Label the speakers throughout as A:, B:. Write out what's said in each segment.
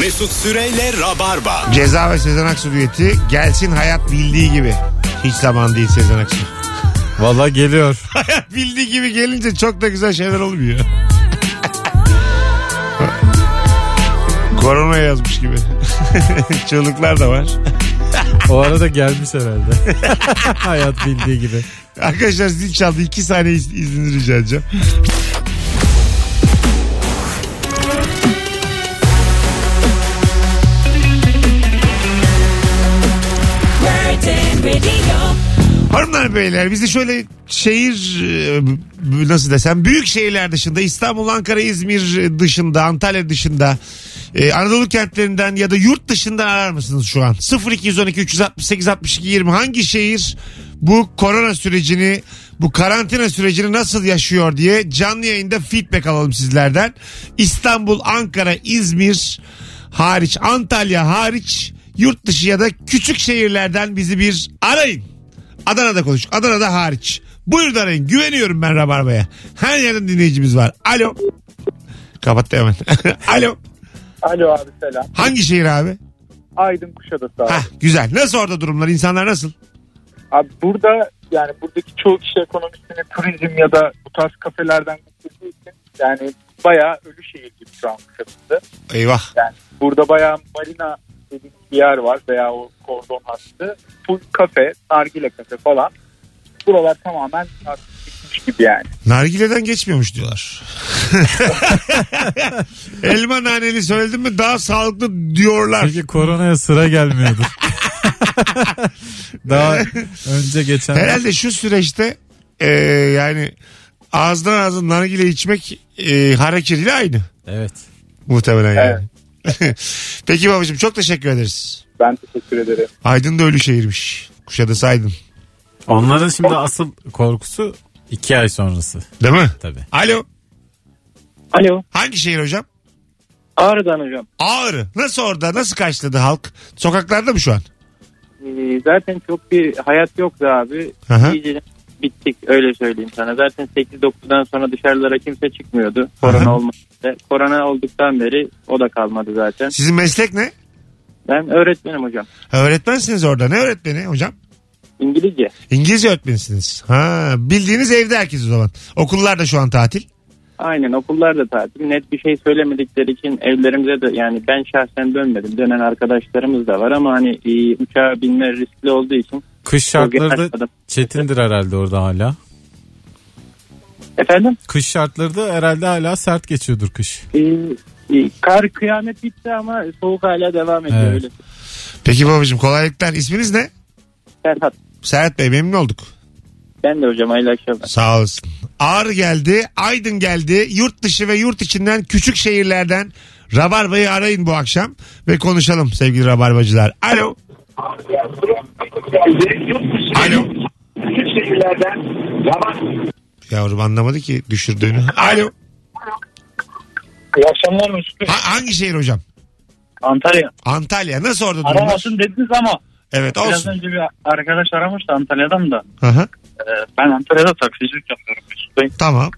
A: Mesut Süreyle Rabarba.
B: Ceza ve Sezen Aksu düeti gelsin hayat bildiği gibi. Hiç zaman değil Sezen Aksu.
C: Valla geliyor.
B: Hayat bildiği gibi gelince çok da güzel şeyler olmuyor. Korona yazmış gibi. Çığlıklar da var.
C: O arada gelmiş herhalde. Hayat bildiği gibi.
B: Arkadaşlar zil çaldı. iki saniye iz- izninizi rica edeceğim.
D: Virgin Radio.
B: Hanımlar beyler bizi şöyle şehir e, b- nasıl desem büyük şehirler dışında İstanbul, Ankara, İzmir dışında Antalya dışında e, Anadolu kentlerinden ya da yurt dışından arar mısınız şu an? 0212 368 62 20 hangi şehir bu korona sürecini bu karantina sürecini nasıl yaşıyor diye canlı yayında feedback alalım sizlerden. İstanbul, Ankara, İzmir hariç Antalya hariç yurt dışı ya da küçük şehirlerden bizi bir arayın. Adana'da konuştuk. Adana'da hariç. Buyurun arayın. Güveniyorum ben Rabarba'ya. Her yerden dinleyicimiz var. Alo. Kapattı hemen. Alo.
E: Alo abi selam.
B: Hangi şehir abi?
E: Aydın Kuşadası abi.
B: Hah, güzel. Nasıl orada durumlar? İnsanlar nasıl?
E: Abi burada yani buradaki çoğu kişi ekonomisini turizm ya da bu tarz kafelerden getirdiği için yani bayağı ölü şehir gibi şu an Kuşadası.
B: Eyvah.
E: Yani burada bayağı marina dediğimiz bir yer var veya o kordon hattı. Full kafe, nargile kafe falan. Buralar tamamen artık bitmiş gibi yani.
B: Nargileden geçmiyormuş diyorlar. Elma naneli söyledim mi daha sağlıklı diyorlar.
C: Çünkü koronaya sıra gelmiyordu. Daha önce geçen
B: Herhalde şu süreçte e, yani ağızdan ağzına nargile içmek e, hareketiyle aynı.
C: Evet.
B: Muhtemelen yani. Peki babacığım çok teşekkür ederiz.
E: Ben teşekkür ederim.
B: Aydın da ölü şehirmiş. Kuşadası Aydın.
C: Onların şimdi asıl korkusu iki ay sonrası
B: Değil mi?
C: tabii.
B: Alo.
E: Alo.
B: Hangi şehir hocam?
E: Ağrı'dan hocam.
B: Ağrı. Nasıl orada? Nasıl karşıladı halk? Sokaklarda mı şu an?
F: Ee, zaten çok bir hayat yoktu abi.
B: Aha.
F: İyice bittik öyle söyleyeyim sana. Zaten 8-9'dan sonra dışarılara kimse çıkmıyordu.
B: Aha.
F: Korona olmadı. Korona olduktan beri o da kalmadı zaten.
B: Sizin meslek ne?
F: Ben öğretmenim hocam.
B: Ha, öğretmensiniz orada. Ne öğretmeni hocam?
F: İngilizce.
B: İngilizce öğretmenisiniz. Ha, bildiğiniz evde herkes o zaman. Okullar da şu an tatil.
F: Aynen okullar da tatil. Net bir şey söylemedikleri için evlerimize de yani ben şahsen dönmedim. Dönen arkadaşlarımız da var ama hani e, uçağa binme riskli olduğu için.
C: Kış şartları da
F: Bölge-
C: çetindir herhalde orada hala.
F: Efendim?
C: Kış şartları da herhalde hala sert geçiyordur kış.
F: Ee, e, kar kıyamet bitti ama soğuk hala devam ediyor.
C: Evet.
F: Öyle.
B: Peki babacığım kolaylıklar. İsminiz ne?
F: Ferhat.
B: Serhat Bey memnun olduk.
F: Ben de hocam hayırlı akşamlar.
B: Sağ olasın. Ağrı geldi, Aydın geldi. Yurt dışı ve yurt içinden küçük şehirlerden Rabarba'yı arayın bu akşam ve konuşalım sevgili Rabarbacılar. Alo. Alo.
E: Ee,
B: Yavrum anlamadı ki düşürdüğünü. Alo.
E: İyi akşamlar Mesut Bey.
B: Ha- hangi şehir hocam?
E: Antalya.
B: Antalya. Nasıl orada durumlar?
E: Aramasın dediniz ama
B: Evet
E: biraz
B: olsun.
E: önce bir arkadaş aramıştı Antalya'dan da.
B: Aha,
E: Ee, ben Antalya'da taksicilik yapıyorum Mesut Bey.
B: tamam.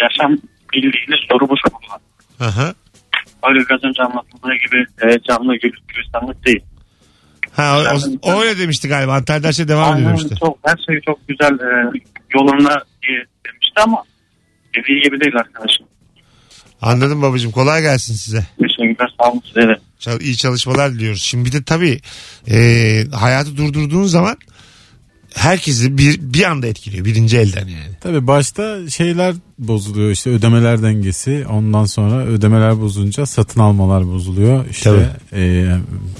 E: Yaşam bildiğiniz soru bu sorunlar.
B: Aha.
E: Öyle biraz önce anlatıldığı gibi e, canlı gülüp gülistanlık değil.
B: Ha, o, o- o öyle demişti galiba. Antalya'da her şey devam ediyor
E: Aynen
B: demişti.
E: çok, her şey çok güzel e, yolunda diye demişti ama dediği gibi değil arkadaşım.
B: Anladım babacığım. Kolay gelsin size.
E: Teşekkürler sağ olun size de.
B: Çal- iyi çalışmalar diliyoruz. Şimdi bir de tabii e, hayatı durdurduğun zaman herkesi bir, bir anda etkiliyor. Birinci elden yani.
C: Tabii başta şeyler bozuluyor işte ödemeler dengesi ondan sonra ödemeler bozunca satın almalar bozuluyor. İşte e,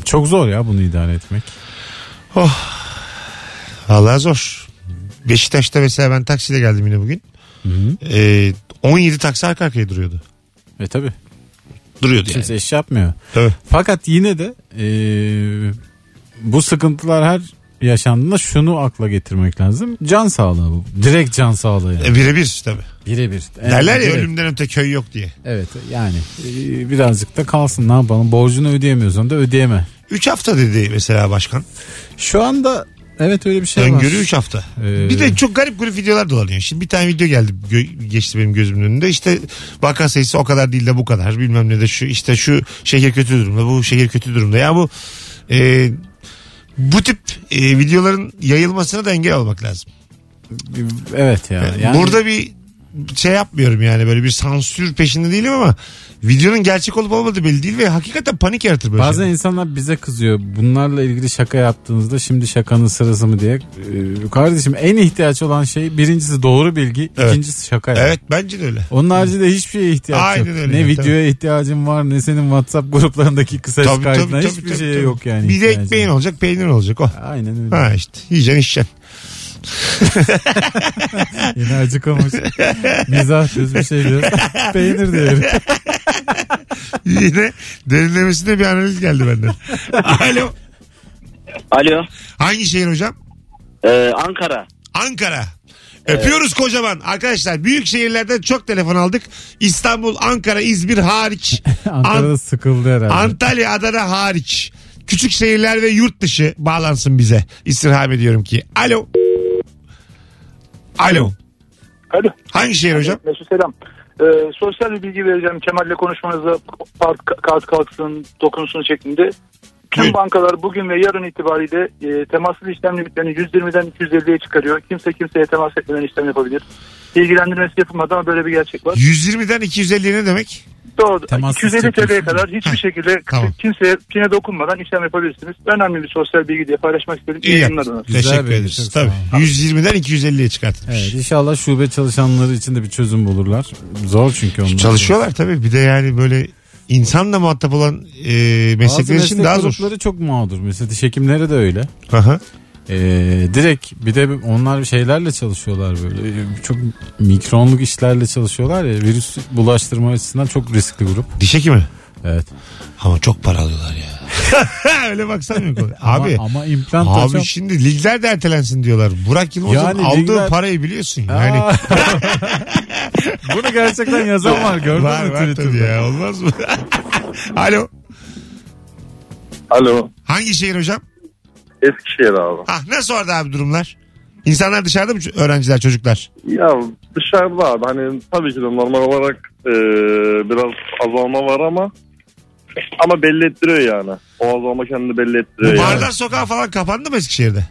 C: çok zor ya bunu idare etmek.
B: Vallahi zor. Beşiktaş'ta mesela ben taksiyle geldim yine bugün. E, 17 taksi arka arkaya duruyordu.
C: E tabii
B: Duruyordu yani.
C: kimse iş yapmıyor.
B: Tabii.
C: Fakat yine de e, bu sıkıntılar her yaşandığında şunu akla getirmek lazım. Can sağlığı bu. Direkt can sağlığı yani.
B: E, birebir tabii.
C: Birebir.
B: Derler ya
C: Direkt.
B: ölümden öte köy yok diye.
C: Evet yani e, birazcık da kalsın ne yapalım. Borcunu ödeyemiyorsan da ödeyeme.
B: 3 hafta dedi mesela başkan.
C: Şu anda Evet öyle bir şey
B: Öngörü
C: var.
B: 3 hafta.
C: Ee,
B: Bir de çok garip garip videolar dolanıyor. Şimdi bir tane video geldi gö- geçti benim gözümün önünde. İşte vaka sayısı o kadar değil de bu kadar. Bilmem ne de şu işte şu şeker kötü durumda bu şeker kötü durumda. Ya bu e, bu tip e, videoların yayılmasına da engel olmak lazım.
C: Evet ya. Yani,
B: Burada bir şey yapmıyorum yani böyle bir sansür peşinde değilim ama videonun gerçek olup olmadığı belli değil ve hakikaten panik yaratır böyle
C: Bazen
B: şeyler.
C: insanlar bize kızıyor. Bunlarla ilgili şaka yaptığınızda şimdi şakanın sırası mı diye. Ee, kardeşim en ihtiyaç olan şey birincisi doğru bilgi,
B: Evet.
C: ikincisi şaka. ya.
B: Evet bence de öyle.
C: Onun haricinde hiçbir şeye ihtiyaç
B: Aynen
C: yok.
B: öyle,
C: ne
B: tabii.
C: videoya ihtiyacın var ne senin WhatsApp gruplarındaki kısa
B: Tabii, tabii,
C: şikayetine
B: tabii,
C: hiçbir
B: tabii,
C: şeye
B: tabii.
C: yok yani.
B: Bir de
C: ihtiyacın.
B: ekmeğin olacak peynir olacak o.
C: Aynen öyle.
B: Ha işte yiyeceksin içeceksin.
C: Yine acıkılmış. Mizah düz bir şey diyor. Peynir diyor.
B: Yine derinlemesine bir analiz geldi benden. Alo.
G: Alo.
B: Hangi şehir hocam?
G: Ee, Ankara.
B: Ankara. Öpüyoruz kocaman. Arkadaşlar büyük şehirlerden çok telefon aldık. İstanbul, Ankara, İzmir hariç.
C: Ankara'da sıkıldı herhalde.
B: Antalya, Adana hariç. Küçük şehirler ve yurt dışı bağlansın bize. İstirham ediyorum ki. Alo. Alo.
E: Alo.
B: Hangi şehir hocam?
E: Mesut selam. Ee, sosyal bir bilgi vereceğim. Kemal'le konuşmanızda part, kart kalksın, dokunsun şeklinde. Tüm
B: Buyurun.
E: bankalar bugün ve yarın itibariyle e, temassız işlem limitlerini 120'den 250'ye çıkarıyor. Kimse kimseye temas etmeden işlem yapabilir. Bilgilendirmesi yapılmadı ama böyle bir gerçek var.
B: 120'den 250 ne demek?
E: Doğru.
C: Temassız
E: 250 TL'ye
C: çekiyorsun.
E: kadar hiçbir şekilde
B: Tamam.
E: kimseye pine dokunmadan işlem yapabilirsiniz. Önemli bir sosyal bilgi diye paylaşmak istedim.
B: İyi
E: İyi
B: yaptın.
E: yayınlar ona.
C: Güzel
B: Teşekkür
C: bir
B: ederiz.
C: çok
B: Tabii.
C: sağ
B: 120'den 250'ye çıkartmış.
C: Evet, inşallah şube çalışanları için de bir çözüm bulurlar. Zor çünkü onlar.
B: Çalışıyorlar tabii. Bir de yani böyle insanla muhatap olan e,
C: Bazı
B: meslekler için
C: meslek
B: daha zor.
C: grupları çok mağdur. Mesela diş hekimleri de öyle.
B: Aha.
C: Ee, direkt bir de onlar şeylerle çalışıyorlar böyle. Ee, Çok mikronluk işlerle çalışıyorlar ya. Virüs bulaştırma açısından çok riskli grup.
B: Diş hekimi.
C: Evet.
B: Ama çok para alıyorlar ya. Öyle baksan yok.
C: Ama-
B: Abi.
C: ama, implant
B: Abi
C: hocam-
B: şimdi ligler de ertelensin diyorlar. Burak Yılmaz'ın
C: Yani
B: aldığı
C: ligler-
B: parayı biliyorsun.
C: Aa.
B: Yani
C: Bunu gerçekten yazan var gördün
B: var
C: mü
B: var tabii
C: Twitter'da?
B: ya olmaz mı? Alo.
H: Alo.
B: Hangi şehir hocam?
H: Eskişehir abi.
B: Ah nasıl orada abi durumlar? İnsanlar dışarıda mı ç- öğrenciler çocuklar?
H: Ya dışarıda abi hani tabii ki de normal olarak e, biraz azalma var ama ama belli ettiriyor yani. O azalma kendini belli ettiriyor yani.
B: Bu barlar sokağı falan kapandı mı Eskişehir'de?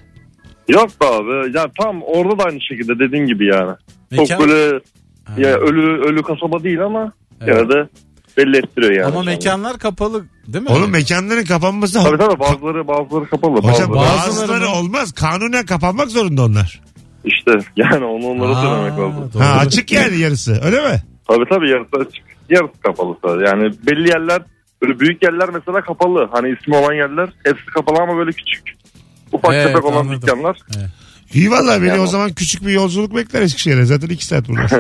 H: Yok be abi. Ya tam orada da aynı şekilde dediğin gibi yani.
C: Mekan-
H: Çok böyle
C: Ha.
H: ya ölü ölü kasaba değil ama
C: Evet.
H: yine de belli ettiriyor yani.
C: Ama mekanlar kapalı değil mi?
B: Oğlum mekanların kapanması
H: Tabii tabii bazıları bazıları kapalı.
B: Hocam
H: bazıları.
C: bazı-
B: bazıları
C: Bazıları-
B: olmaz. Kanunen kapanmak zorunda onlar.
H: İşte yani onu onlara
C: Aa,
H: söylemek lazım.
C: doğru.
B: Ha, açık yani yarısı öyle mi?
H: Tabii tabii yarısı açık. Yarısı kapalı sadece. Yani belli yerler böyle büyük yerler mesela kapalı. Hani ismi olan yerler hepsi kapalı ama böyle küçük. Ufak
C: Evet,
H: tefek olan
C: anladım.
H: dükkanlar.
B: İyi valla beni
H: Tamam.
B: o zaman küçük bir yolculuk bekler Eskişehir'e. Zaten iki saat burada.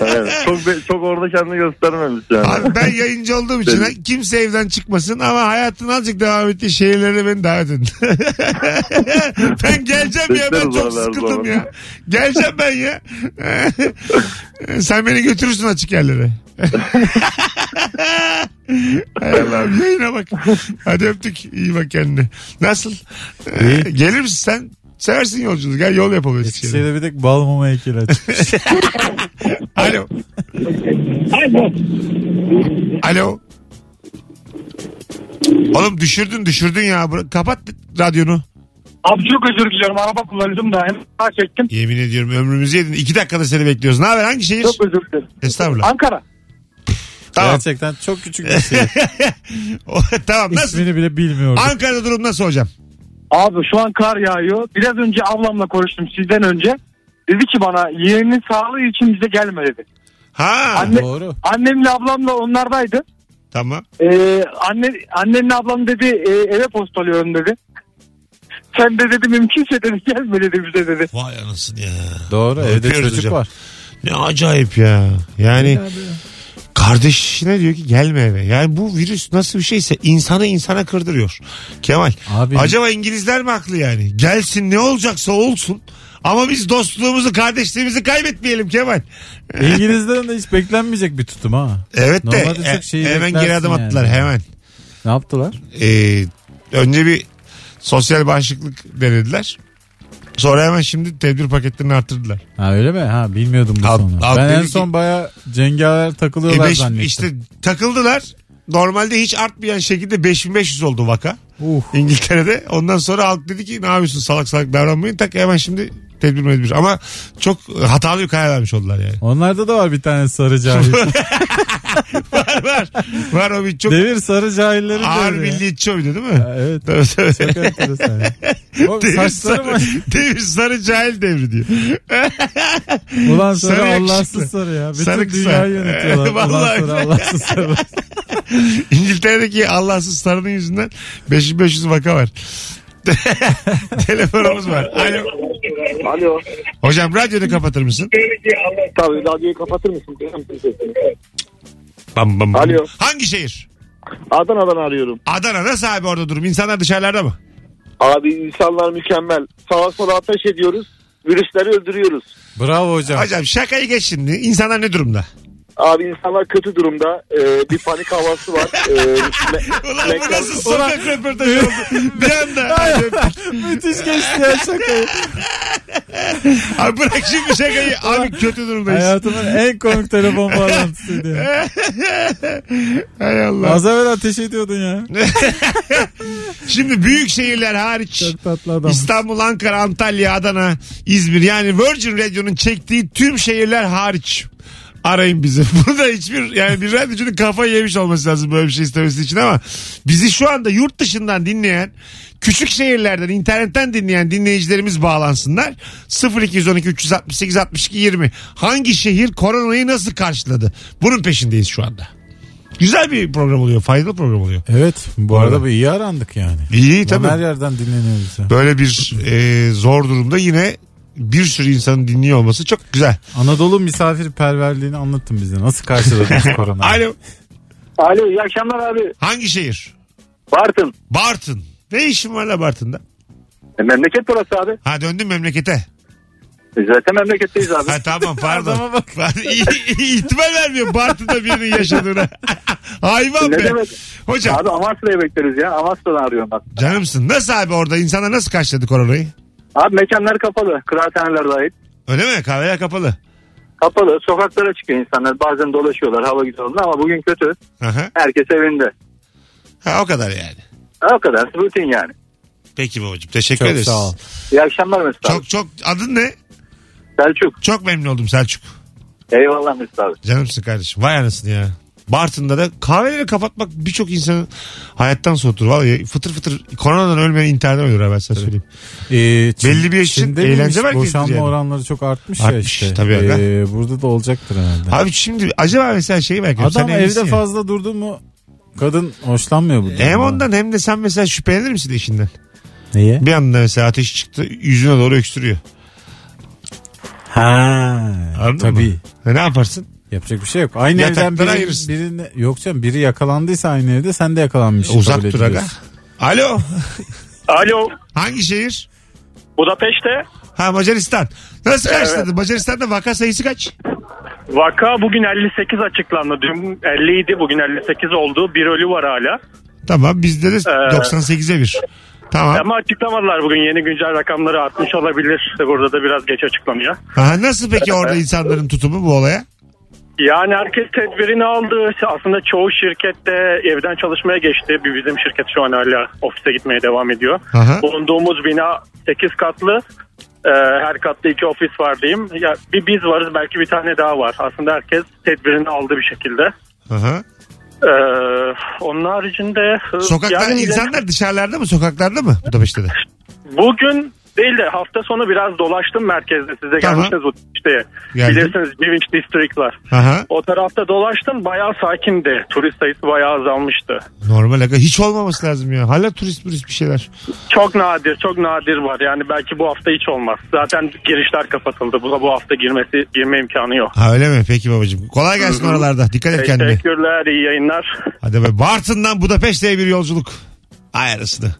H: Evet, çok be- çok orada kendini göstermemiş yani.
B: Abi ben yayıncı olduğum için ha, kimse evden çıkmasın ama hayatını azıcık devam ettiği şehirlere beni davet edin. ben geleceğim ya ben
H: Bekleriz
B: çok
H: abi her
B: sıkıldım
H: zaman.
B: ya. Geleceğim ben ya. Sen beni götürürsün açık yerlere. Hay Allah'ım yayına bak. Hadi öptük. İyi bak kendine. Nasıl? Ee, Gelir misin sen? Seversin yolculuğu. Gel yol yapalım Eskişehir'e.
C: Eskişehir'de bir tek bal mama heykeli açık.
B: Alo. Alo. Oğlum düşürdün düşürdün ya. Bıra- Kapat radyonu.
E: Abi çok özür diliyorum. Araba kullanıyordum da hem daha çektim.
B: Yemin ediyorum ömrümüzü yedin. İki dakikada seni bekliyoruz. Ne haber? Hangi şehir?
E: Çok özür dilerim.
B: Estağfurullah.
E: Ankara.
B: Tamam.
C: Gerçekten çok küçük bir şey.
B: O- tamam nasıl?
C: İsmini bile bilmiyorum.
B: Ankara'da durum nasıl hocam?
E: Abi şu an kar yağıyor. Biraz önce ablamla konuştum sizden önce. Dedi ki bana yeğeninin sağlığı için bize gelme dedi.
B: Ha
E: Anne-
C: Doğru.
E: Annemle ablamla onlardaydı.
B: tamam.
E: Ee, anne, annemle ablam dedi e, eve postalıyorum dedi. Sen de dedi mümkünse dedi gelme dedi bize dedi.
B: Vay anasını ya.
C: Doğru. Evde
B: Öpüyoruz
C: çocuk
B: hocam.
C: var.
B: Ne acayip ya. Yani kardeşine diyor ki gelme eve. Yani bu virüs nasıl bir şeyse insanı insana kırdırıyor. Kemal.
C: Abi-
B: Acaba İngilizler mi haklı yani? Gelsin ne olacaksa olsun. Ama biz dostluğumuzu, kardeşliğimizi kaybetmeyelim Kemal.
C: İngilizlerin de hiç beklenmeyecek bir tutum ha.
B: Evet de
C: Normalde çok
B: e-
C: şeyi
B: hemen
C: beklersin
B: geri adım
C: yani.
B: attılar hemen.
C: Ne yaptılar?
B: Ee, önce bir Sosyal bağışıklık denediler. Sonra hemen şimdi tedbir paketlerini arttırdılar. E,
C: Ha öyle mi? Ha bilmiyordum bu
B: Alt-
C: sonu.
B: alt
C: Ben en
B: dedi ki-
C: son baya cengaver
B: E
C: takılıyorlar
B: beş-
C: zannettim.
B: işte takıldılar. Normalde hiç artmayan şekilde 5500 oldu vaka.
C: Uh.
B: İngiltere'de. Ondan sonra halk dedi ki ne yapıyorsun salak salak davranmayın. Tak hemen şimdi tedbir medbir. Ama çok hatalı bir karar vermiş oldular yani.
C: Onlarda da var bir tane sarı cahil.
B: var var. Var o bir çok
C: Devir sarı cahilleri de
B: ağır
C: öyle ya.
B: milliyetçi oydu değil mi?
C: Ha, Evet.
B: Tabii tabii.
C: Çok enteresan ya. O
B: Devir
C: saçları
B: sarı,
C: mı?
B: devir sarı cahil devri diyor.
C: Ulan sarı,
B: Sarı yakışıklı.
C: Allahsız sarı ya. Bütün
B: Sarı kısa.
C: dünyayı yönetiyorlar.
B: Vallahi.
C: Ulan sarı Allahsız sarı.
B: İngiltere'deki Allahsız sarının yüzünden 5500 vaka var. Telefonumuz var. Alo.
I: Alo.
B: Hocam radyonu kapatır mısın?
I: Tabii radyoyu kapatır mısın? Duyamıyorum sesini.
B: Bam bam. bam.
I: Alo.
B: Hangi şehir?
I: Adana'dan arıyorum.
B: Adana nasıl abi orada durum? İnsanlar dışarılarda mı?
I: Abi insanlar mükemmel. Sağa sola ateş ediyoruz. Virüsleri öldürüyoruz.
C: Bravo hocam.
B: Hocam şakayı geç şimdi. İnsanlar ne durumda?
I: Abi insanlar kötü durumda. Ee, bir panik havası var. Ee, me-
B: Ulan bu
I: mekan-
B: nasıl sokak röportajı oldu? Bir anda.
C: Müthiş geçti ya şakayı.
B: Abi bırak şimdi şakayı. Abi kötü durumdayız.
C: Hayatımın en komik telefon bağlantısıydı ya.
B: Hay Allah.
C: Az evvel ateş ediyordun ya.
B: Şimdi büyük şehirler hariç.
C: Çok tatlı adam.
B: İstanbul, Ankara, Antalya, Adana, İzmir yani Virgin Radio'nun çektiği tüm şehirler hariç arayın bizi. Burada hiçbir yani bir radyocunun kafa yemiş olması lazım böyle bir şey istemesi için ama bizi şu anda yurt dışından dinleyen küçük şehirlerden internetten dinleyen dinleyicilerimiz bağlansınlar. 0212 368 62 20 hangi şehir koronayı nasıl karşıladı? Bunun peşindeyiz şu anda. Güzel bir program oluyor. Faydalı program oluyor.
C: Evet bu arada bu iyi arandık yani.
B: İyi
C: Tabii.
B: tabii.
C: Her yerden dinleniyoruz. ya.
B: böyle bir e, zor durumda yine bir sürü insanın dinliyor olması çok güzel.
C: Anadolu misafirperverliğini anlatın bize. Nasıl karşıladınız korona?
B: Alo.
I: Alo iyi akşamlar abi.
B: Hangi şehir?
I: Bartın.
B: Bartın. Ne işin var la Bartın'da?
I: E, memleket burası abi.
B: Ha döndün memlekete.
I: E, Zaten memleketteyiz abi.
B: Ha tamam pardon.
C: Adama bak.
B: Pardon. İyi, iyi, ihtimal vermiyor Bartın'da birinin yaşadığına. Hayvan
I: Ne
B: be.
I: demek?
B: Hocam
I: Abi Amasya'ya bekleriz ya. Amasya'dan arıyorum ben.
B: canımsın. Nasıl abi orada insanlar nasıl karşıladı koronayı?
I: Abi mekanlar kapalı. Kıraathaneler dahil.
B: Öyle mi? Kahveler kapalı.
I: Kapalı. Sokaklara çıkıyor insanlar. Bazen dolaşıyorlar. Hava güzel olduğunda ama bugün kötü.
B: Aha.
I: Herkes evinde.
B: Ha o kadar yani.
I: O kadar. Rutin yani.
B: Peki babacığım teşekkür
C: Çok
B: ederiz.
C: sağ ol.
I: İyi akşamlar Mesut abi.
B: Çok çok adın ne?
I: Selçuk.
B: Çok memnun oldum Selçuk.
I: Eyvallah Mesut abi.
B: Canımsın kardeşim. Vay anasını ya. Bartın'da da kahveleri kapatmak birçok insanı hayattan soğutur. Vallahi fıtır fıtır koronadan ölmeyen internetten ölür ha ben sana söyleyeyim.
C: Ee, Çin-
B: Belli bir yaşın
C: Çin'de miymiş?
B: eğlence merkezidir
C: Boşanma
B: yani.
C: oranları çok artmış, ya
B: Artmış,
C: işte.
B: tabii aga.
C: Ee, burada da olacaktır herhalde.
B: Abi şimdi acaba mesela şeyi merak ediyorum.
C: Adam
B: Sen evlisin
C: evde
B: ya.
C: fazla durdu mu kadın hoşlanmıyor bu
B: Hem
C: durumdan.
B: ondan hem de sen mesela şüphelenir misin eşinden?
C: Neye?
B: Bir anda mesela ateş çıktı yüzüne doğru öksürüyor.
C: Ha.
B: Anladın
C: tabii.
B: mı? E ne yaparsın?
C: Yapacak bir şey yok. Aynı
B: Yataktan
C: evden biri,
B: ayırırsın.
C: birine- yok canım biri yakalandıysa aynı evde sen de yakalanmışsın.
B: Uzak
C: kabul
B: dur aga.
C: ediliyorsun.
B: Alo.
I: Alo.
B: Hangi şehir?
I: Budapeşte
B: Ha Macaristan. Nasıl karşıladın? Macaristan'da vaka sayısı kaç?
I: vaka bugün 58 açıklandı. Dün 50 idi bugün 58 oldu. Bir ölü var hala.
B: Tamam bizde de
I: Ee,
B: 98'e 1. Tamam.
I: Ama açıklamadılar bugün yeni güncel rakamları artmış olabilir. Burada da biraz geç açıklanıyor.
B: Aha, nasıl peki orada insanların tutumu bu olaya?
I: Yani herkes tedbirini aldı. Aslında çoğu şirkette evden çalışmaya geçti. Bir Bizim şirket şu an hala ofise gitmeye devam ediyor.
B: Aha.
I: Bulunduğumuz bina 8 katlı. Ee, her katta iki ofis var diyeyim. Ya bir biz varız belki bir tane daha var. Aslında herkes tedbirini aldı bir şekilde.
B: Aha.
I: Ee, onun haricinde
B: Sokaklar
I: yani
B: insanlar dışarılarda mı sokaklarda mı Budapeşte de?
I: bugün değil de hafta sonu biraz dolaştım merkezde size
B: Tamam.
I: gelmişsiniz o işte
B: Geldim.
I: bilirsiniz Bivinç District var.
B: Aha.
I: O tarafta dolaştım bayağı sakindi. Turist sayısı bayağı azalmıştı.
B: Normal aga hiç olmaması lazım ya. Hala turist turist bir şeyler.
I: Çok nadir çok nadir var yani belki bu hafta hiç olmaz. Zaten girişler kapatıldı. Bu, bu hafta girmesi girme imkanı yok.
B: Ha öyle mi? Peki babacığım. Kolay gelsin oralarda. Dikkat et kendine.
I: Teşekkürler iyi yayınlar.
B: Hadi be. Bartın'dan Budapeşte'ye bir yolculuk. Ay arasını.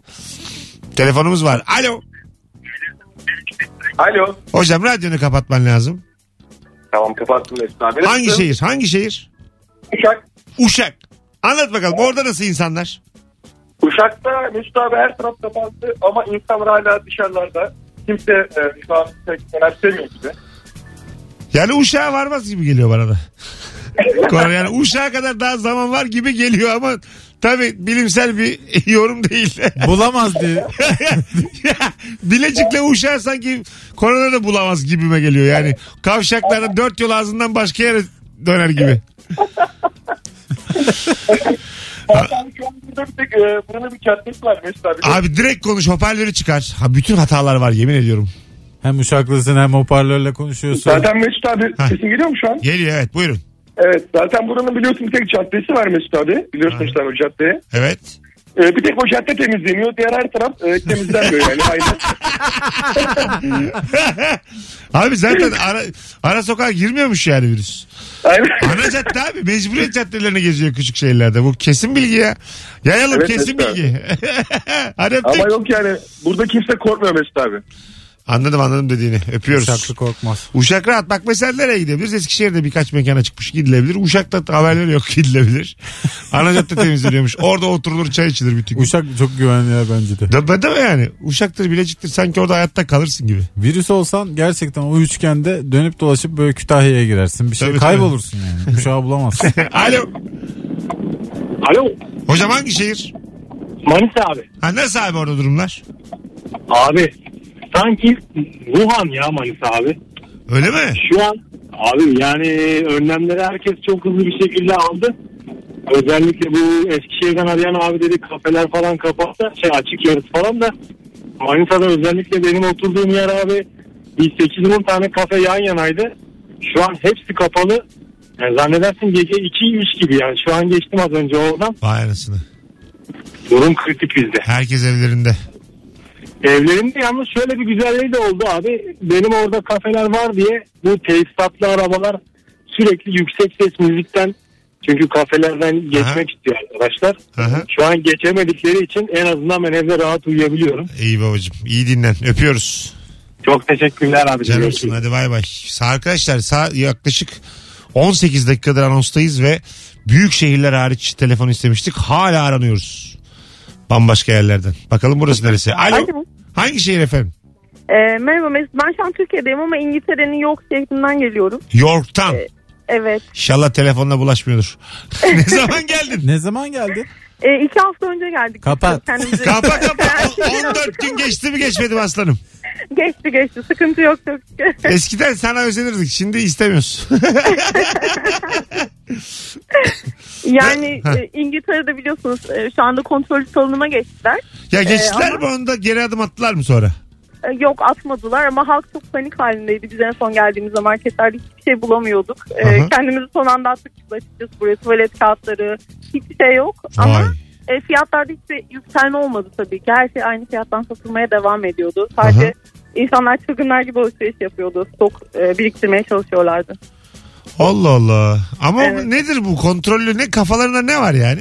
B: Telefonumuz var. Alo.
I: Alo.
B: Hocam radyonu kapatman lazım.
I: Tamam kapattım Mesut abi.
B: Hangi şehir? Hangi şehir? Uşak. Uşak. Anlat bakalım orada nasıl insanlar?
I: Uşak'ta Mesut abi her taraf kapandı ama insanlar hala dışarılarda. Kimse e, şu an pek önemsemiyor bizi.
B: Yani uşağa varmaz gibi geliyor bana da. Konu yani uşağa kadar daha zaman var gibi geliyor ama tabi bilimsel bir yorum değil.
C: Bulamaz diye.
B: Bilecik'le uşağı sanki korona da bulamaz gibime geliyor yani. Kavşaklarda dört yol ağzından başka yere döner gibi.
I: Hatta şu an burada bir tek e, buranın bir caddesi var Mesut abi.
B: Abi direkt konuş hoparlörü çıkar. Ha, bütün hatalar var yemin ediyorum.
C: Hem uşaklısın hem hoparlörle konuşuyorsun.
I: Zaten Mesut abi
B: Ha.
I: sesin geliyor mu şu an?
B: Geliyor evet buyurun.
I: Evet zaten buranın biliyorsun bir tek caddesi var Mesut abi. Biliyorsun sen o caddeyi.
B: Evet.
I: E, bir tek o cadde temizleniyor. Diğer her taraf e, temizlenmiyor yani. Aynen.
B: abi zaten ara, ara sokağa girmiyormuş yani virüs.
I: Aynen.
B: Ana cadde abi mecburiyet caddelerine geziyor küçük şehirlerde. Bu kesin bilgi ya. Yayalım
I: Evet,
B: kesin
I: lütfen.
B: bilgi. Hadi öptük.
I: Ama yok yani burada kimse korkmuyor Mesut abi.
B: Anladım anladım dediğini. Öpüyoruz.
C: Uşaklı korkmaz.
B: Uşak rahat. Bak mesela nereye gidebiliriz? Eskişehir'de birkaç mekana çıkmış gidilebilir. Uşak'ta haberleri yok gidilebilir. Ana cadde temizleniyormuş. Orada oturulur çay içilir bütün gün.
C: Uşak çok güvenli ya bence de.
B: Da, da mı yani? Uşaktır bileciktir sanki orada hayatta kalırsın gibi.
C: Virüs olsan gerçekten o üçgende dönüp dolaşıp böyle Kütahya'ya girersin. Bir şey
B: Tabii,
C: kaybolursun yani. Uşağı bulamazsın.
B: Alo.
I: Alo
B: Hocam hangi şehir?
I: Manisa abi.
B: Ha, nasıl abi orada durumlar?
I: Abi sanki Wuhan ya Manisa abi.
B: Öyle mi?
I: Şu an abi yani önlemleri herkes çok hızlı bir şekilde aldı. Özellikle bu Eskişehir'den arayan abi dedi kafeler falan kapattı. Şey açık yarısı falan da Manisa'da özellikle benim oturduğum yer abi bir 8-10 tane kafe yan yanaydı. Şu an hepsi kapalı. Yani zannedersin gece 2-3 gibi yani. Şu an geçtim az önce oradan.
B: Vay anasını.
I: Durum kritik bizde.
B: Herkes evlerinde.
I: Evlerinde yalnız şöyle bir güzelliği de oldu abi. Benim orada kafeler var diye bu tesisatlı arabalar sürekli yüksek ses müzikten çünkü kafelerden geçmek
B: Aha.
I: istiyor arkadaşlar.
B: Aha.
I: Şu an geçemedikleri için en azından ben evde rahat uyuyabiliyorum.
B: İyi babacığım. İyi dinlen. Öpüyoruz.
I: Çok teşekkürler abi.
B: Canımsın hadi bay bay. Sa- Arkadaşlar sa- yaklaşık 18 dakikadır anonstayız ve büyük şehirler hariç telefon istemiştik. Hala aranıyoruz. Bambaşka yerlerden. Bakalım burası neresi? Alo.
J: Alo.
B: Hangi şehir efendim?
J: Ee, merhaba Mesut. Ben şu an Türkiye'deyim ama İngiltere'nin York şehrinden geliyorum.
B: York'tan.
J: Ee, Evet.
B: İnşallah telefonla bulaşmıyordur. ne zaman geldin?
C: ne zaman geldin?
J: Ee, iki hafta önce geldik.
C: Kapat.
J: Kendimize-
B: Kapa kapa. O- 14 gün geçti mi geçmedi mi aslanım?
J: geçti geçti. Sıkıntı yok çok şükür.
B: Eskiden sana özenirdik. Şimdi istemiyoruz.
J: Yani
B: Ha.
J: e, İngiltere'de biliyorsunuz e, şu anda kontrollü salınıma geçtiler.
B: ya geçtiler
J: Ee, ama-
B: mi onda geri adım attılar mı sonra?
J: E, yok atmadılar ama halk çok panik halindeydi. Biz en son geldiğimizde marketlerde hiçbir şey bulamıyorduk. E,
B: Aha.
J: kendimizi son anda attık biz açıkçası buraya. Tuvalet kağıtları hiçbir şey yok. Ama
B: Vay.
J: E, fiyatlarda hiçbir yükselme olmadı tabii ki. Her şey aynı fiyattan satılmaya devam ediyordu. Sadece
B: Aha.
J: insanlar çılgınlar gibi alışveriş yapıyordu. Stok e, biriktirmeye çalışıyorlardı.
B: Allah Allah. Ama
J: Evet.
B: nedir bu kontrollü ne kafalarında ne var yani?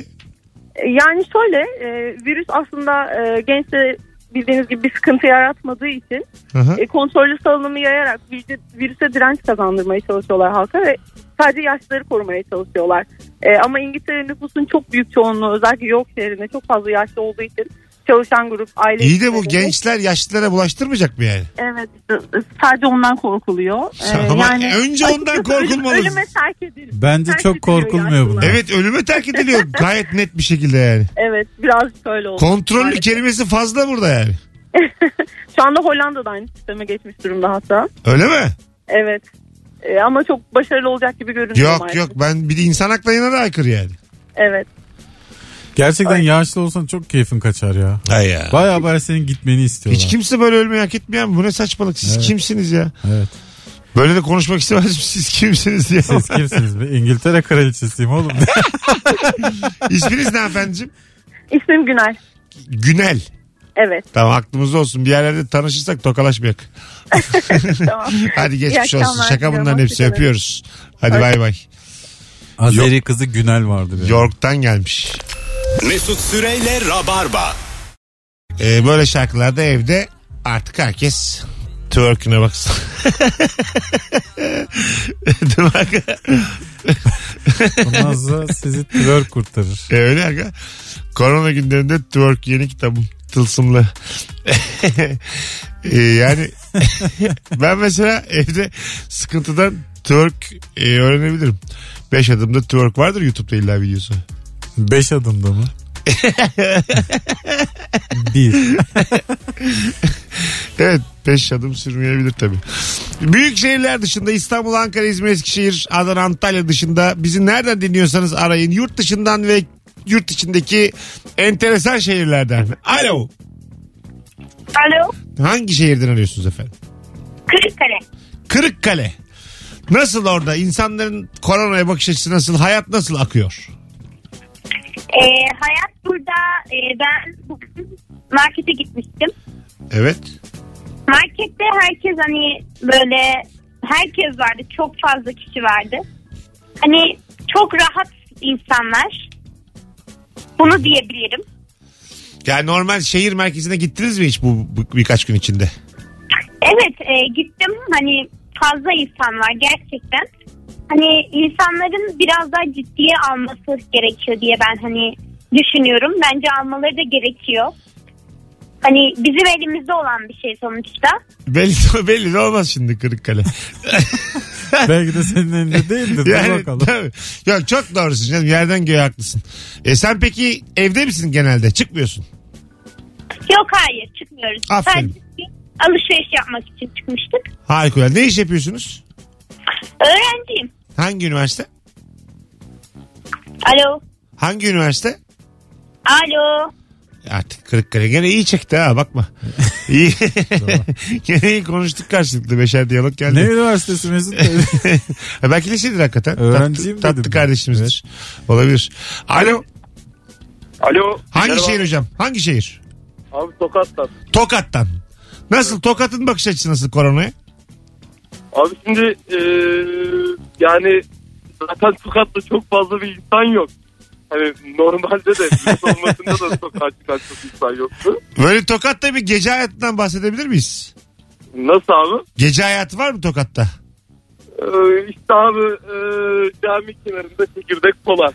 J: E, yani şöyle e, virüs aslında e, gençte bildiğiniz gibi bir sıkıntı yaratmadığı için
B: Hı hı.
J: e, kontrollü salınımı yayarak virüse, virüse direnç kazandırmaya çalışıyorlar halka ve sadece yaşlıları korumaya çalışıyorlar. E, ama İngiltere nüfusun çok büyük çoğunluğu özellikle York şehrinde çok fazla yaşlı olduğu için çalışan grup aile
B: İyi de bu
J: içleri-
B: gençler yaşlılara bulaştırmayacak mı yani?
J: Evet sadece ondan korkuluyor. Ee,
B: Ama önce ondan
J: açıkçası
B: korkulmalı.
J: Ölüm, ölüme terk edildi.
C: Bence
J: Terk
C: çok
J: ediliyor
C: korkulmuyor
J: yaşlılar.
C: buna.
B: Evet ölüme terk ediliyor gayet net bir şekilde yani.
J: Evet birazcık öyle oldu.
B: Kontrollü
J: Maalesef.
B: kelimesi fazla burada yani.
J: Şu anda Hollanda'da aynı sisteme geçmiş durumda hatta.
B: Öyle mi?
J: Evet. Ee, ama çok başarılı olacak gibi görünüyor
B: Yok
J: maalesef.
B: yok ben bir de insan haklarına da aykırı yani.
J: Evet.
C: Gerçekten yaşlı olsan çok keyfin kaçar ya.
B: Hay ya.
C: Baya baya senin gitmeni istiyorlar.
B: Hiç kimse böyle ölmeyi hak etmeyen bu ne saçmalık siz
C: Evet.
B: kimsiniz ya?
C: Evet.
B: Böyle de konuşmak istemez misiniz? siz kimsiniz ya?
C: Siz kimsiniz? be? İngiltere kraliçesiyim oğlum.
B: İsminiz ne efendim?
J: İsmim Günay.
B: Günel.
J: Evet
B: Tamam aklımızda olsun bir yerlerde tanışırsak tokalaşmayak.
J: tamam.
B: Hadi geçmiş
J: İyi
B: olsun
J: akşamlar
B: şaka bunların
J: diliyorum.
B: hepsi
J: Hoşçakalın.
B: öpüyoruz. Hadi bay bay.
C: Azeri kızı Günel vardı. benim.
B: York'tan gelmiş.
A: Mesut Süreyle Rabarba.
B: Ee, böyle şarkılarda evde artık herkes Twerk'üne baksın. Değil mi aga?
C: Ondan sonra sizi twerk kurtarır.
B: E, öyle aga. Korona günlerinde twerk yeni kitabım. Tılsımlı. E, yani ben mesela evde sıkıntıdan twerk e, öğrenebilirim. Beş adımda twerk vardır YouTube'da illa videosu.
C: Beş adımda mı? Bir.
B: Evet 5 adım sürmeyebilir tabii. Büyük şehirler dışında İstanbul, Ankara, İzmir, Eskişehir, Adana, Antalya dışında bizi nereden dinliyorsanız arayın. Yurt dışından ve yurt içindeki enteresan şehirlerden. Alo.
K: Alo.
B: Hangi şehirden arıyorsunuz efendim?
K: Kırıkkale.
B: Kırıkkale. Nasıl orada? İnsanların koronaya bakış açısı nasıl? Hayat nasıl akıyor?
K: Ee, hayat burada. Ee, ben bugün markete gitmiştim.
B: Evet.
K: Markette herkes hani böyle herkes vardı. Çok fazla kişi vardı. Hani çok rahat insanlar. Bunu diyebilirim.
B: Yani normal şehir merkezine gittiniz mi hiç bu, bu birkaç gün içinde?
K: Evet e, gittim. Hani fazla insan var gerçekten. Hani insanların biraz daha ciddiye alması gerekiyor diye ben hani düşünüyorum. Bence almaları da gerekiyor. Hani bizim elimizde olan bir şey sonuçta.
B: Belli, belli de olmaz şimdi Kırıkkale.
C: Belki de senin elinde değildir. Dur
B: yani,
C: bakalım.
B: tabii. Yok, çok doğrusun canım. Yerden göğe haklısın. E, sen peki evde misin genelde? Çıkmıyorsun.
K: Yok hayır çıkmıyoruz.
B: Aferin.
K: Sadece bir alışveriş yapmak için çıkmıştık.
B: Harikulade. Ne iş yapıyorsunuz?
K: Öğrenciyim.
B: Hangi üniversite?
K: Alo.
B: Hangi üniversite?
K: Alo.
B: Artık Kırıkkale gene iyi çekti ha bakma. İyi. gene iyi konuştuk karşılıklı beşer diyalog geldi.
C: Ne üniversitesi Mesut?
B: Ha, Belki lisedir hakikaten.
C: Öğrenciyim
B: tatlı, tatlı
C: dedim.
B: kardeşimizdir. Olabilir. Alo.
L: Alo.
B: Hangi
L: Merhaba.
B: şehir hocam? Hangi şehir?
L: Abi Tokat'tan.
B: Tokat'tan. Nasıl? Tokat'ın bakış açısı nasıl koronaya?
L: Abi şimdi e, yani zaten Tokat'ta çok fazla bir insan yok. Hani normalde de virüs olmasında da sokağa çıkan çok insan yoktu.
B: Böyle Tokat'ta bir gece hayatından bahsedebilir miyiz?
L: Nasıl abi?
B: Gece hayatı var mı Tokat'ta?
L: E, işte abi e, cami kenarında çekirdek kola.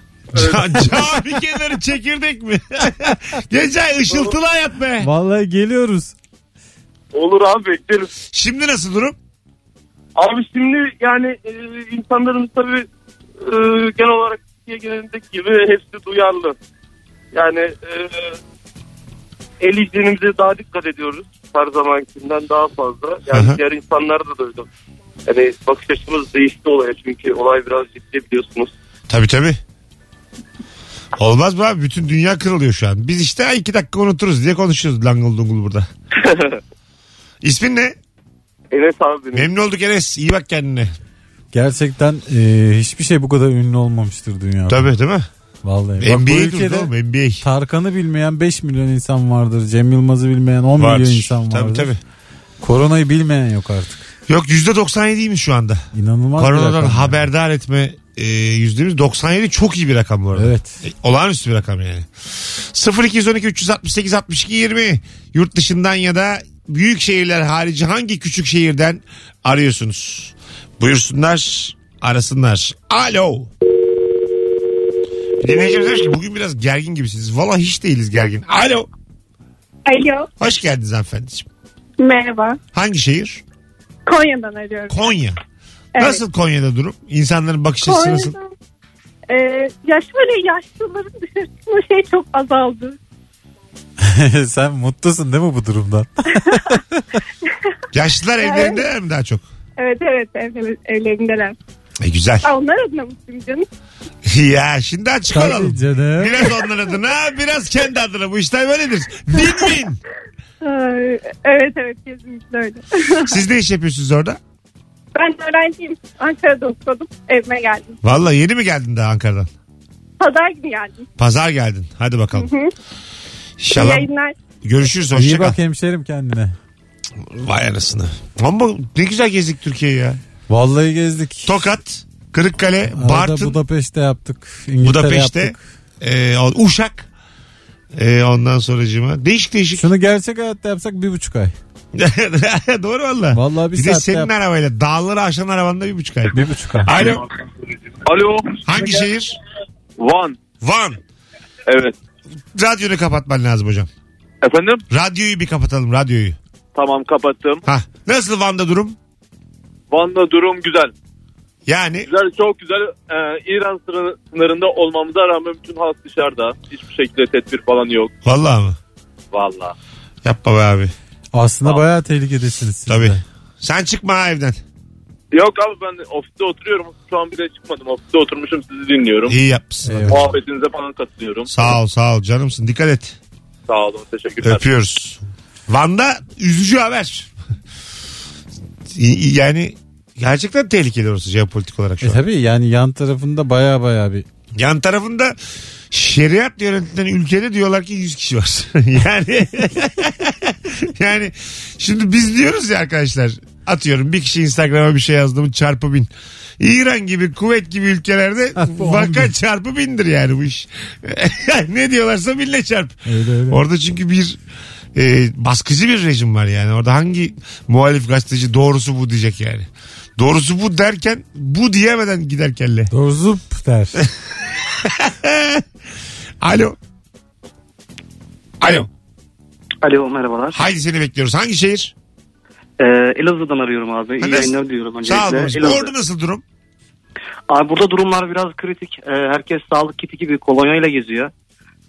B: Cami kenarı çekirdek mi? gece ışıltılı hayat be.
C: Vallahi geliyoruz.
L: Olur abi bekleriz.
B: Şimdi nasıl durum?
L: Abi şimdi yani e, insanlarımız tabii e, genel olarak Türkiye genelindeki gibi hepsi duyarlı. Yani e, el hijyenimize daha dikkat ediyoruz. Her zamankinden daha fazla. Yani
M: Hı hı.
L: diğer insanlarda da öyle. Yani bakış açımız değişti olaya çünkü olay biraz ciddi biliyorsunuz.
B: Tabii tabii. Olmaz mı abi? Bütün dünya kırılıyor şu an. Biz işte "Ay, iki dakika unuturuz diye konuşuyoruz langıl dungul burada. İsmin ne?
L: Enes abi.
B: Memnun olduk Enes. İyi bak kendine.
C: Gerçekten e, hiçbir şey bu kadar ünlü olmamıştır dünyada.
B: Tabii değil mi?
C: Vallahi. Bak, bu
B: NBA
C: ülkede
B: durdu oğlum NBA.
C: Tarkan'ı bilmeyen 5 milyon insan vardır. Cem Yılmaz'ı bilmeyen 10
B: Vardır.
C: milyon insan vardır.
B: Tabii, tabii.
C: Koronayı bilmeyen yok artık.
B: Yok %97'ymiş şu anda.
C: İnanılmaz bir
B: Koronadan
C: rakam.
B: haberdar etme e, yüzdemiz 97 çok iyi bir rakam bu arada.
C: Evet.
B: E, olağanüstü bir rakam yani. 0212 368 62 20 yurt dışından ya da büyük şehirler harici hangi küçük şehirden arıyorsunuz? Buyursunlar arasınlar. Alo. Dinleyicimiz demiş ki bugün biraz gergin gibisiniz. Valla hiç değiliz gergin. Alo.
J: Alo.
B: Hoş geldiniz hanımefendiciğim.
J: Merhaba.
B: Hangi şehir?
J: Konya'dan arıyorum.
B: Konya.
J: Evet.
B: Nasıl Konya'da durum? İnsanların bakış açısı nasıl?
J: Konya'dan. Ee, ya şöyle yaşlıların dışarı çıkma şey çok azaldı.
C: Sen mutlusun değil mi bu durumdan?
B: Yaşlılar
J: Evet.
B: evlerinde mi daha çok?
J: Evet evet ev- evlerindeler.
B: E güzel.
J: Aa, onlar adına mutluyum canım.
B: ya şimdi açık olalım.
C: Tabii canım.
B: Biraz onlar adına biraz kendi adına bu işler böyledir. Win win.
J: Ay, Ee, evet evet kesinlikle öyle.
B: Siz ne iş yapıyorsunuz orada?
J: ben öğrenciyim. Ankara'da okudum. Evime geldim.
B: Vallahi yeni mi geldin daha Ankara'dan?
J: Pazar günü geldim.
B: Pazar geldin. Hadi bakalım.
J: Hı. İyi
B: İnşallah
J: yayınlar.
B: görüşürüz.
C: İyi
B: Hoşçakal.
C: bak hemşerim kendine.
B: Vay anasını. Ama ne güzel gezdik Türkiye'yi ya.
C: Vallahi gezdik.
B: Tokat, Kırıkkale,
C: Arada
B: Bartın,
C: Budapeşte yaptık. İngiltere
B: Budapeşte,
C: yaptık.
B: e, Uşak. E, Ee, ondan sonracığıma. Değişik değişik.
C: Şunu gerçek hayatta yapsak bir buçuk ay.
B: Doğru valla.
C: Vallahi
B: bir, de senin arabayla dağları aşan arabanda bir buçuk ay.
C: Bir buçuk ay.
B: Alo.
L: Alo.
B: Hangi şehir?
L: Van.
B: Van.
L: Evet.
B: Radyonu kapatman lazım hocam.
L: Efendim?
B: Radyoyu bir kapatalım radyoyu.
L: Tamam kapattım.
B: Hah. Nasıl Van'da durum?
L: Van'da durum güzel.
B: Yani
L: Güzel çok güzel. Ee, İran sıra- sınırında olmamıza rağmen bütün halk dışarıda. Hiçbir şekilde tedbir falan yok.
B: Vallahi mı?
L: Valla.
B: Yapma be abi.
C: Aslında bayağı tehlikedesiniz siz
B: Tabii.
C: de.
B: Sen çıkma ha evden.
L: Yok abi ben ofiste oturuyorum. Şu an bile çıkmadım. Ofiste oturmuşum sizi dinliyorum.
B: İyi yapmışsın. Evet.
L: Muhabbetinize falan katılıyorum.
B: Sağ ol sağ ol canımsın dikkat et.
L: Sağ olun teşekkürler.
B: Öpüyoruz. Van'da üzücü haber. yani gerçekten tehlikeli orası jeopolitik olarak
C: E
B: şu an.
C: tabii yani yan tarafında baya baya bir
B: Yan tarafında şeriat yönetilen ülkede diyorlar ki 100 kişi var. yani yani şimdi biz diyoruz ya arkadaşlar atıyorum bir kişi Instagram'a bir şey yazdı mı çarpı bin. İran gibi Kuveyt gibi ülkelerde
C: bu on
B: vaka
C: bin.
B: çarpı bindir yani bu iş. ne diyorlarsa binle çarp.
C: öyle öyle.
B: Orada çünkü bir e, baskıcı bir rejim var yani. Orada hangi muhalif gazeteci doğrusu bu diyecek yani. Doğrusu bu derken bu diyemeden gider kelle.
C: Doğruzup der.
M: Ee,
B: Alo. Alo.
M: Alo merhabalar.
B: Haydi seni bekliyoruz. Hangi şehir?
M: Ee, Elazığ'dan arıyorum abi.
B: Ha,
M: İyi
B: nasıl-
M: yayınlar diyorum öncelikle.
B: Sağ olun.
M: Elazığ.
B: Orada nasıl durum?
M: Abi burada durumlar biraz kritik. Ee, herkes sağlık kiti gibi kolonyayla geziyor.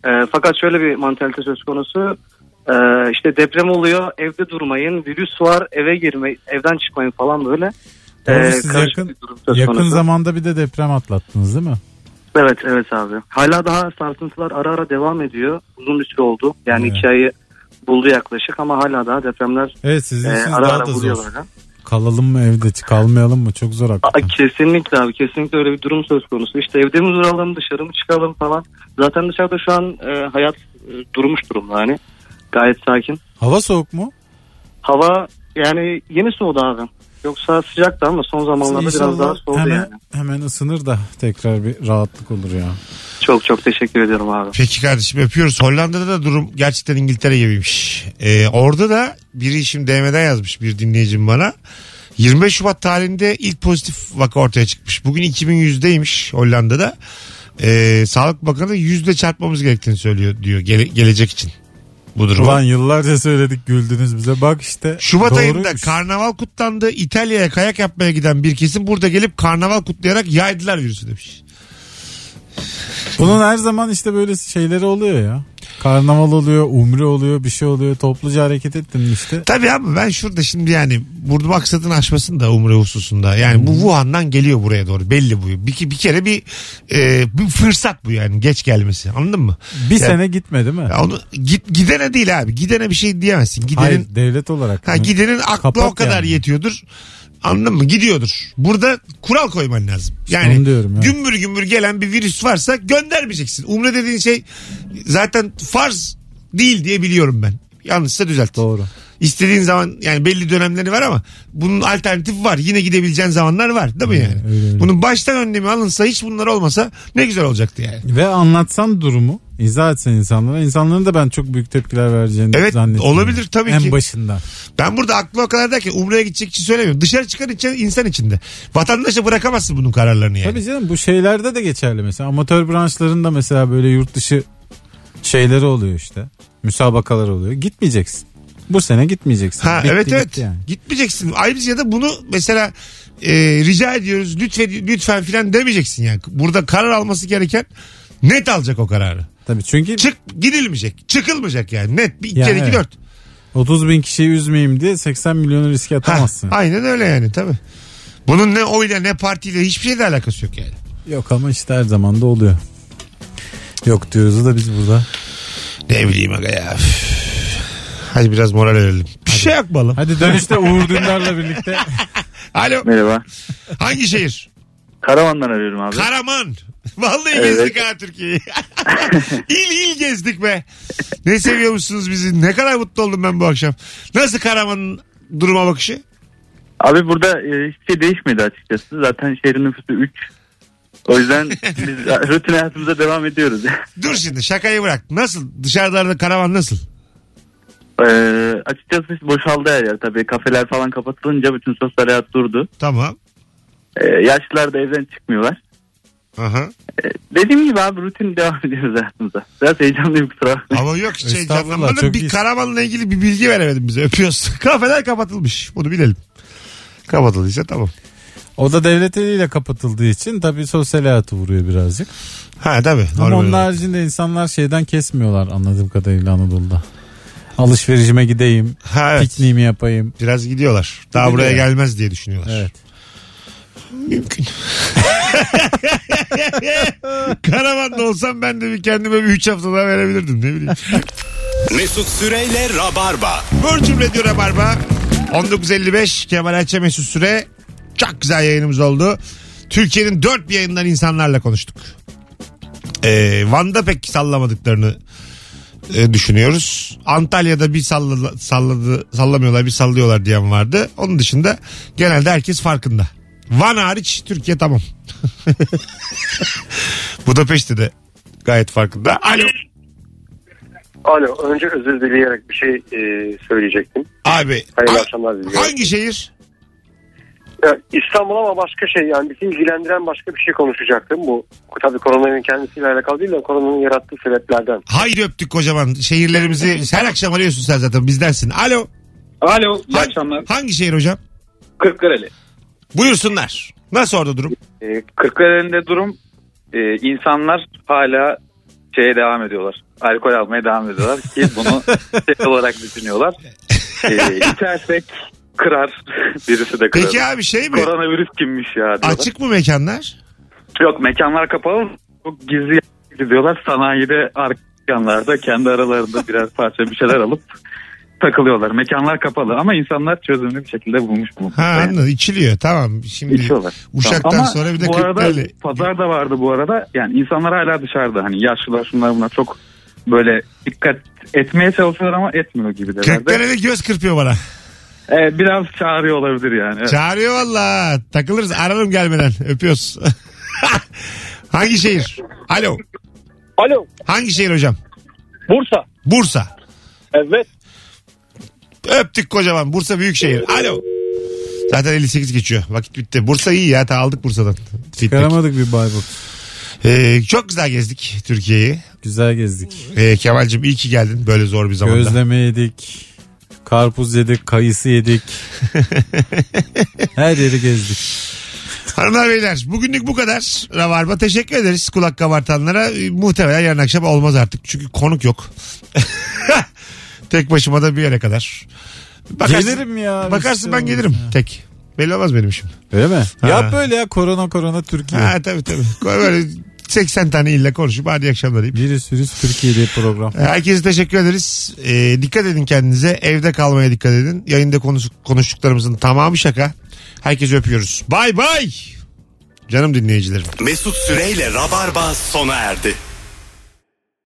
M: Ee, fakat şöyle bir mantalite söz konusu. Ee, işte deprem oluyor, evde durmayın, virüs var, eve girmeyin, evden çıkmayın falan böyle. Ee,
C: Doğru, siz
M: karışık
C: yakın,
M: bir durum söz
C: yakın
M: konusu.
C: zamanda bir de deprem atlattınız değil mi?
M: Evet evet abi. Hala daha sarsıntılar ara ara devam ediyor. Uzun bir süre oldu. Yani iki ayı buldu yaklaşık ama hala daha depremler
C: Evet sizin
M: e,
C: siz
M: ara
C: daha
M: ara
C: da
M: vuruyor
C: zor.
M: böyle.
C: Kalalım mı evde çık- kalmayalım mı çok zor
M: Aa,
C: hakikaten.
M: kesinlikle abi kesinlikle öyle bir durum söz konusu. İşte evde mi duralım dışarı mı çıkalım falan. Zaten dışarıda şu an e, hayat e, durmuş durumda hani. Gayet sakin.
C: Hava soğuk mu?
M: Hava yani yeni soğudu abi. Yoksa sıcaktı ama son zamanlarda biraz
C: İnşallah
M: daha soğudu
C: hemen,
M: yani.
C: Hemen ısınır da tekrar bir rahatlık olur ya.
M: Çok çok teşekkür ediyorum abi.
B: Peki kardeşim öpüyoruz. Hollanda'da da durum gerçekten İngiltere gibiymiş. Ee, orada da biri şimdi DM'den yazmış bir dinleyicim bana. 25 Şubat tarihinde ilk pozitif vaka ortaya çıkmış. Bugün 2100'deymiş Hollanda'da. Ee, Sağlık Bakanı yüzde çarpmamız gerektiğini söylüyor diyor gele- gelecek için. Bu durum.
C: Ulan yıllarca söyledik güldünüz bize bak işte.
B: Şubat
C: doğru.
B: ayında karnaval kutlandı. İtalya'ya kayak yapmaya giden bir kesim burada gelip karnaval kutlayarak yaydılar virüsü demiş.
C: Bunun her zaman işte böyle şeyleri oluyor ya. Karnaval oluyor, umre oluyor, bir şey oluyor. Topluca hareket ettim işte.
B: Tabii abi ben şurada şimdi yani burada maksadını aşmasın da umre hususunda. Yani
C: Hmm.
B: bu Wuhan'dan geliyor buraya doğru belli bu. Bir, bir kere bir, e, bir fırsat bu yani geç gelmesi anladın mı?
C: Bir
B: Ya-
C: sene gitme değil mi?
B: Ya onu git, gidene değil abi gidene bir şey diyemezsin. Gidenin,
C: Hayır devlet olarak.
B: ha,
C: mı?
B: gidenin aklı
C: Kapat
B: o kadar
C: yani.
B: yetiyordur. Anladın mı? Gidiyordur. Burada kural koyman lazım. Yani
C: onu diyorum ya.
B: gümbür gümbür gelen bir virüs varsa göndermeyeceksin. Umre dediğin şey zaten farz değil diye biliyorum ben. Yanlışsa düzelt.
C: Doğru.
B: İstediğin zaman yani belli dönemleri var ama bunun alternatifi var. Yine gidebileceğin zamanlar var değil mi yani?
C: öyle, öyle.
B: Bunun baştan önlemi alınsa hiç bunlar olmasa ne güzel olacaktı yani.
C: Ve anlatsan durumu, izah etsen insanlara. İnsanların da ben çok büyük tepkiler vereceğini
B: Evet,
C: zannetmiyorum.
B: olabilir tabii
C: en
B: ki.
C: En başında.
B: Ben burada aklı o kadar derken umreye gidecek için söylemiyorum. Dışarı çıkan için, insan içinde. Vatandaşa bırakamazsın bunun kararlarını yani.
C: Tabii canım bu şeylerde de geçerli mesela. Amatör branşlarında mesela böyle yurt dışı şeyleri oluyor işte. Müsabakalar oluyor. Gitmeyeceksin. Bu sene gitmeyeceksin.
B: Ha
C: Bitti,
B: evet
C: gitti
B: evet.
C: yani.
B: Gitmeyeceksin. Ayrıca da bunu mesela e, rica ediyoruz lütfen lütfen filan demeyeceksin yani. Burada karar alması gereken net alacak o kararı.
C: Tabii çünkü
B: Çık gidilmeyecek. Çıkılmayacak yani. Net. Bir iki
C: Ya,
B: kere iki
C: evet.
B: dört.
C: 30 bin kişiyi üzmeyeyim diye 80 milyonu riske
B: Ha,
C: atamazsın.
B: aynen öyle yani tabii. Bunun ne oyla ne partiyle hiçbir şeyle alakası yok yani.
C: Yok ama işte her zaman da oluyor. Yok diyoruz da biz burada.
B: Ne bileyim aga ya. Üf. Hadi biraz moral verelim. Bir şey yapmalım.
C: Hadi dönüşte Uğur Dündar'la birlikte.
B: Alo.
G: Merhaba.
B: Hangi şehir?
G: Karavandan arıyorum abi.
B: Karaman. Vallahi
G: Evet.
B: gezdik ha Türkiye'yi. il il gezdik be. Ne seviyormuşsunuz bizi. Ne kadar mutlu oldum ben bu akşam. Nasıl Karaman'ın duruma bakışı?
G: Abi burada e, hiçbir şey değişmedi açıkçası. Zaten şehrin nüfusu 3. O yüzden biz e, rutin hayatımıza devam ediyoruz.
B: Dur şimdi şakayı bırak. Nasıl? Dışarılarda karavan nasıl?
G: Ee, açıkçası boşaldı her yer tabii. Kafeler falan kapatılınca bütün sosyal hayat durdu.
B: Tamam.
G: Ee, yaşlılar da evden çıkmıyorlar.
B: Aha.
G: Ee, dediğim gibi abi rutin devam ediyoruz hayatımıza. Biraz heyecanlıyım kusura bakmayın.
B: Ama yok hiç heyecanlanmadım. Bir Karaman'la ilgili bir bilgi veremedim bize. Öpüyoruz. Kafeler kapatılmış. Bunu bilelim. Kapatıldıysa tamam.
C: O da devlet eliyle kapatıldığı için tabii sosyal hayatı vuruyor birazcık.
B: Ha tabii.
C: Ama
B: normal
C: onun
B: olarak.
C: haricinde insanlar şeyden kesmiyorlar anladığım kadarıyla Anadolu'da. Alışverişime gideyim,
B: Ha, evet.
C: pikniğimi yapayım.
B: Biraz gidiyorlar. Daha buraya
C: Gidiyorlar.
B: gelmez diye düşünüyorlar.
C: Evet.
B: Mümkün. Karavanda olsam ben de bir kendime bir 3 hafta daha verebilirdim ne bileyim.
A: Mesut Süreyle Rabarba.
B: Virgin Radio Rabarba 1955 Kemal Ayça Mesut Süre çok güzel yayınımız oldu. Türkiye'nin dört bir yayından insanlarla konuştuk. Ee, Van'da pek sallamadıklarını e, düşünüyoruz. Antalya'da bir salladı, salladı, sallamıyorlar bir sallıyorlar diyen vardı. Onun dışında genelde herkes farkında. Van hariç Türkiye tamam. Budapeşte de gayet farkında. Alo.
N: Alo önce özür dileyerek bir şey e, söyleyecektim.
B: Abi
N: Hayırlı akşamlar diliyorum.
B: hangi şehir?
N: Ya, İstanbul ama başka şey yani bizi ilgilendiren başka bir şey konuşacaktım. Bu tabii koronanın kendisiyle alakalı değil de koronanın yarattığı sebeplerden.
B: Haydi öptük kocaman. Şehirlerimizi her akşam arıyorsun sen zaten bizdensin. Alo.
O: Alo.
B: İyi akşamlar. Hangi şehir hocam?
O: Kırklareli.
B: Buyursunlar. Nasıl orada durum?
O: E, Kırklareli'nde durum e, insanlar hala şeye devam ediyorlar. Alkol almaya devam ediyorlar ki bunu şey olarak düşünüyorlar. E, içersek kırar. Birisi de kırar.
B: Peki abi şey mi?
O: Koronavirüs kimmiş ya diyorlar.
B: Açık mı mekanlar?
O: Yok mekanlar kapalı. Çok gizli gidiyorlar. Sanayide arka mekanlarda kendi aralarında birer parça bir şeyler alıp takılıyorlar. Mekanlar kapalı ama insanlar çözümlü bir şekilde bulmuş bunu.
B: Ha anladım. İçiliyor. Tamam. Şimdi
O: İçiyorlar.
B: Uşak'tan
O: Ama
B: sonra bir de
O: bu arada
B: Kırklareli.
O: pazar da vardı bu arada. Yani insanlar hala dışarıda. Hani yaşlılar şunlar bunlar çok böyle dikkat etmeye çalışıyorlar ama etmiyor gibi de.
B: Kırklareli göz kırpıyor bana.
O: Ee, biraz çağırıyor olabilir yani. Evet.
B: Çağırıyor valla. Takılırız. Ararım gelmeden. Öpüyoruz. hangi şehir? Alo.
P: Alo.
B: Hangi şehir hocam?
P: Bursa.
B: Bursa.
P: Evet.
B: Öptük kocaman. Bursa büyük şehir. Alo. Zaten 58 geçiyor. Vakit bitti. Bursa iyi ya. Ta aldık Bursa'dan.
C: Çıkaramadık bir Bayburt.
B: Ee, çok güzel gezdik Türkiye'yi.
C: Güzel gezdik.
B: Ee, Kemal'cim iyi ki geldin böyle zor bir zamanda.
C: Gözleme yedik. Karpuz yedik, kayısı yedik. Her yeri gezdik.
B: Hanımlar beyler bugünlük bu kadar. Rabarba teşekkür ederiz kulak kabartanlara. Ee, Muhtemelen yarın akşam olmaz artık. Çünkü konuk yok. Tek başıma da bir yere kadar.
C: Gelirim ya, bir
B: Bakarsın
C: şey
B: ben
C: olmaz
B: gelirim. Tek. Belli olmaz benim işim.
C: Öyle mi?
B: Ha.
C: Yap böyle ya korona korona Türkiye.
B: Ha tabii tabii. Böyle 80 tane ille konuşup hadi iyi akşamlar deyip.
C: Virüs virüs Türkiye diye program.
B: Ee, Herkese teşekkür ederiz. Ee, dikkat edin kendinize. Evde kalmaya dikkat edin. Yayında konuş- konuştuklarımızın tamamı şaka. Herkesi öpüyoruz. Bay bay. Canım dinleyicilerim.
A: Mesut Süreyle Rabarba sona erdi.